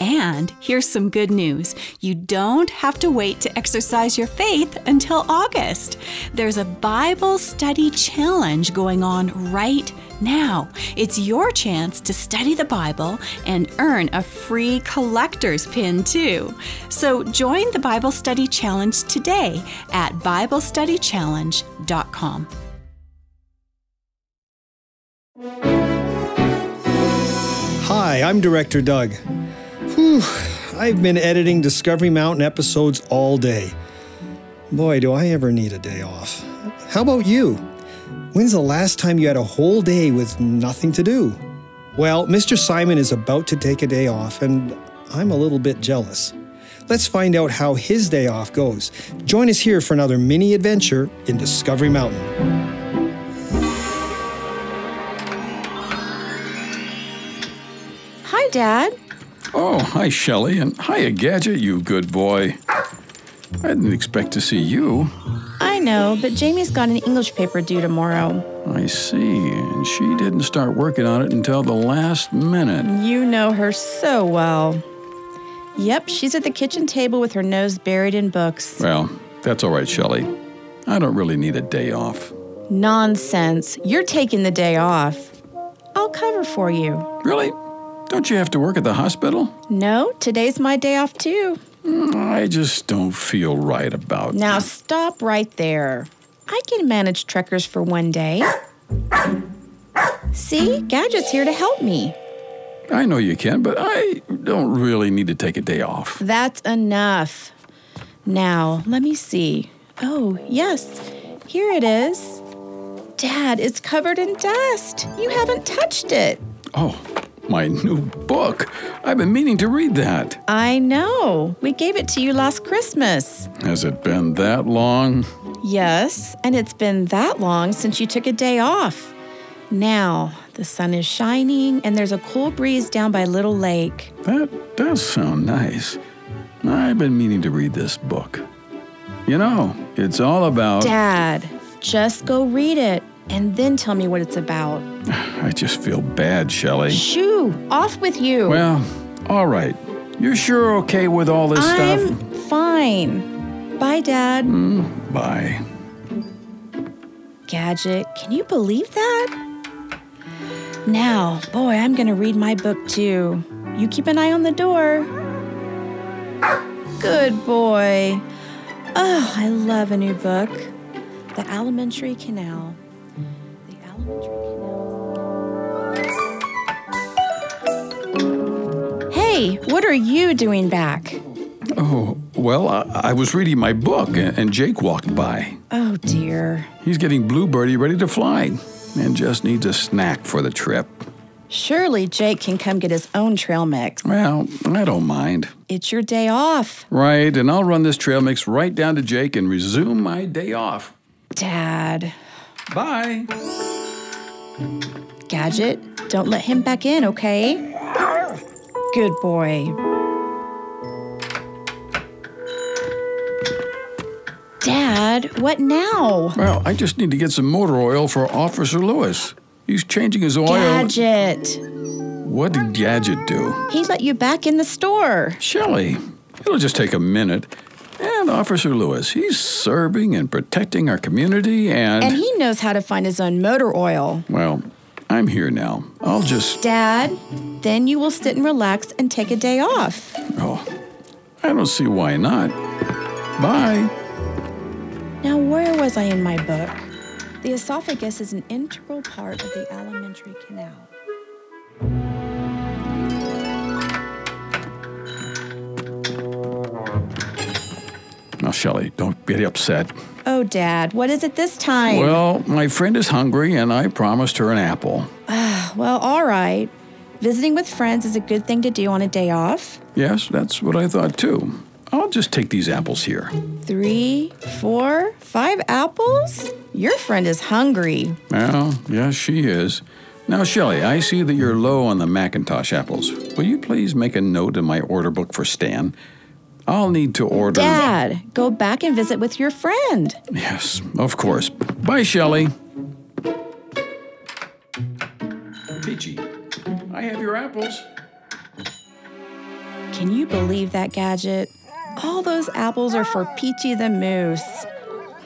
And here's some good news you don't have to wait to exercise your faith until August. There's a Bible study challenge going on right now. It's your chance to study the Bible and earn a free collector's pin, too. So join the Bible study challenge today at BibleStudyChallenge.com. Hi, I'm Director Doug. Whew, I've been editing Discovery Mountain episodes all day. Boy, do I ever need a day off. How about you? When's the last time you had a whole day with nothing to do? Well, Mr. Simon is about to take a day off, and I'm a little bit jealous. Let's find out how his day off goes. Join us here for another mini adventure in Discovery Mountain. Hi, Dad. Oh, hi, Shelley, and hiya, Gadget, you good boy. I didn't expect to see you. I know, but Jamie's got an English paper due tomorrow. I see, and she didn't start working on it until the last minute. You know her so well. Yep, she's at the kitchen table with her nose buried in books. Well, that's all right, Shelley. I don't really need a day off. Nonsense. You're taking the day off. I'll cover for you. Really? Don't you have to work at the hospital? No, today's my day off too. I just don't feel right about Now stop right there. I can manage trekkers for one day. See, Gadget's here to help me. I know you can, but I don't really need to take a day off. That's enough. Now, let me see. Oh, yes. Here it is. Dad, it's covered in dust. You haven't touched it. Oh, my new book. I've been meaning to read that. I know. We gave it to you last Christmas. Has it been that long? Yes, and it's been that long since you took a day off. Now, the sun is shining and there's a cool breeze down by Little Lake. That does sound nice. I've been meaning to read this book. You know, it's all about. Dad, just go read it and then tell me what it's about. I just feel bad, Shelley. Shoo, off with you. Well, all right. You're sure okay with all this I'm stuff? fine. Bye, Dad. Bye. Gadget, can you believe that? Now, boy, I'm gonna read my book too. You keep an eye on the door. Good boy. Oh, I love a new book. The Alimentary Canal. The Alimentary Canal. Hey, what are you doing back? Oh, well, I, I was reading my book, and, and Jake walked by. Oh dear. He's getting Bluebirdie ready to fly and just needs a snack for the trip. Surely Jake can come get his own trail mix. Well, I don't mind. It's your day off. Right, and I'll run this trail mix right down to Jake and resume my day off. Dad. Bye. Gadget, don't let him back in, okay? Good boy. Dad, what now? Well, I just need to get some motor oil for Officer Lewis. He's changing his oil. Gadget. What did Gadget do? He let you back in the store. Shelley, it'll just take a minute. And Officer Lewis, he's serving and protecting our community and. And he knows how to find his own motor oil. well, I'm here now. I'll just. Dad, then you will sit and relax and take a day off. Oh, I don't see why not. Bye. Now, where was I in my book? The esophagus is an integral part of the alimentary canal. Now, Shelley, don't get upset. Oh, Dad, what is it this time? Well, my friend is hungry and I promised her an apple. Well, all right. Visiting with friends is a good thing to do on a day off. Yes, that's what I thought too. I'll just take these apples here. Three, four, five apples? Your friend is hungry. Well, yes, she is. Now, Shelley, I see that you're low on the Macintosh apples. Will you please make a note in my order book for Stan? I'll need to order. Dad, go back and visit with your friend. Yes, of course. Bye, Shelley. Peachy, I have your apples. Can you believe that, Gadget? All those apples are for Peachy the Moose.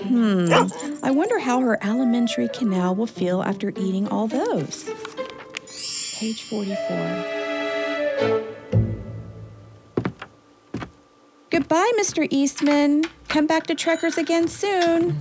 Hmm, I wonder how her alimentary canal will feel after eating all those. Page 44. Goodbye, Mr. Eastman. Come back to Trekkers again soon.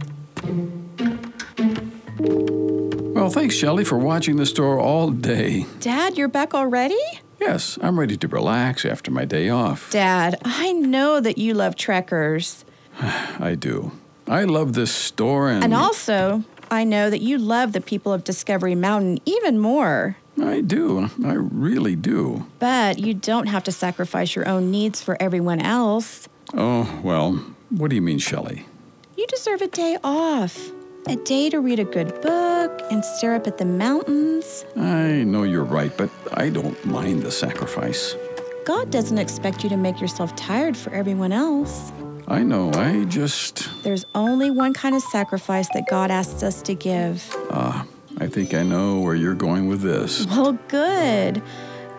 Well, thanks, Shelley, for watching the store all day. Dad, you're back already? Yes, I'm ready to relax after my day off. Dad, I know that you love Trekkers. I do. I love this store and, And also, I know that you love the people of Discovery Mountain even more. I do. I really do. But you don't have to sacrifice your own needs for everyone else. Oh, well, what do you mean, Shelley? You deserve a day off, a day to read a good book and stare up at the mountains. I know you're right, but I don't mind the sacrifice. God doesn't expect you to make yourself tired for everyone else. I know, I just. There's only one kind of sacrifice that God asks us to give. ah, I think I know where you're going with this. Well, good.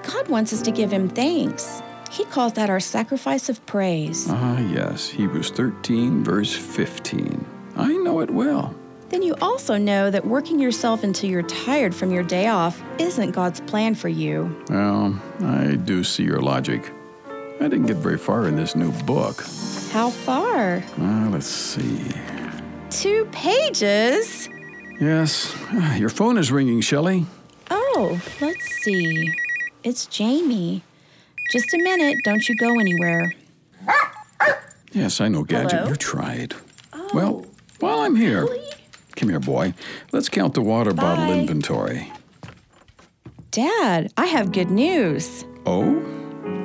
God wants us to give Him thanks. He calls that our sacrifice of praise. Ah, yes, Hebrews 13, verse 15. I know it well. Then you also know that working yourself until you're tired from your day off isn't God's plan for you. Well, I do see your logic. I didn't get very far in this new book. How far? Ah, let's see. Two pages? Yes, ah, your phone is ringing, Shelley. Oh, let's see. It's Jamie. Just a minute, don't you go anywhere. Yes, I know, Gadget. Hello? Oh, You tried. well, while I'm here, come here, boy. Let's count the water bottle Bye. inventory. Dad, I have good news. Oh,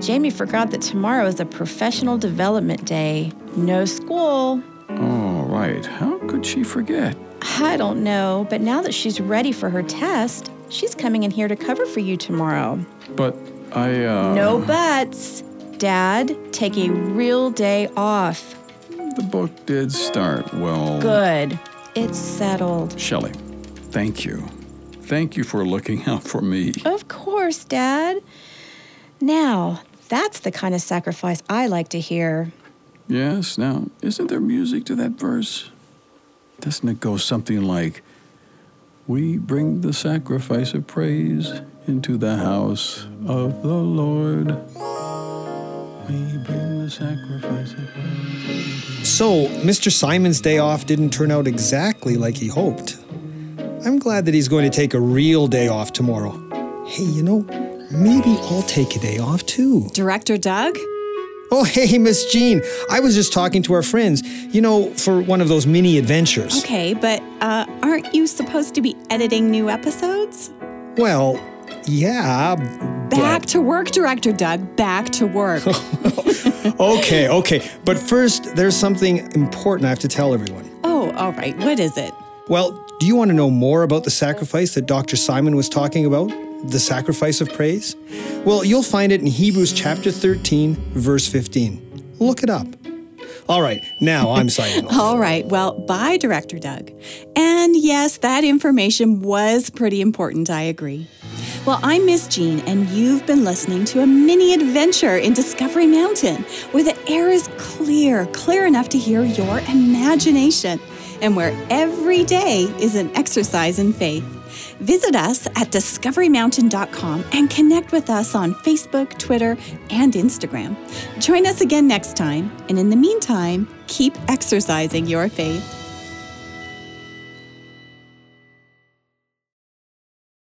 Jamie forgot that tomorrow is a professional development day. No school. all right. How could she forget? I don't know, but now that she's ready for her test, she's coming in here to cover for you tomorrow. But I. Uh, No buts. Dad, take a real day off. The book did start well. Good. It's settled. Shelley, thank you. Thank you for looking out for me. Of course, Dad. Now, that's the kind of sacrifice I like to hear. Yes, now, isn't there music to that verse? Doesn't it go something like, We bring the sacrifice of praise into the house of the Lord? We bring the sacrifice of praise. So, Mr. Simon's day off didn't turn out exactly like he hoped. I'm glad that he's going to take a real day off tomorrow. Hey, you know, maybe I'll take a day off too. Director Doug? Oh, hey, Miss Jean. I was just talking to our friends, you know, for one of those mini adventures. Okay, but uh, aren't you supposed to be editing new episodes? Well, yeah. Back to work, Director Doug. Back to work. Okay, okay. But first, there's something important I have to tell everyone. oh, all right. What is it? Well, do you want to know more about the sacrifice that Dr. Simon was talking about? The sacrifice of praise? Well, you'll find it in Hebrews chapter 13, verse 15. Look it up. All right, now I'm signing off. All right. Well, bye, Director Doug. And yes, that information was pretty important. I agree. Well, I'm Miss Jean, and you've been listening to a mini adventure in Discovery Mountain where the air is clear, clear enough to hear your imagination, and where every day is an exercise in faith. Visit us at discoverymountain.com and connect with us on Facebook, Twitter, and Instagram. Join us again next time, and in the meantime, keep exercising your faith.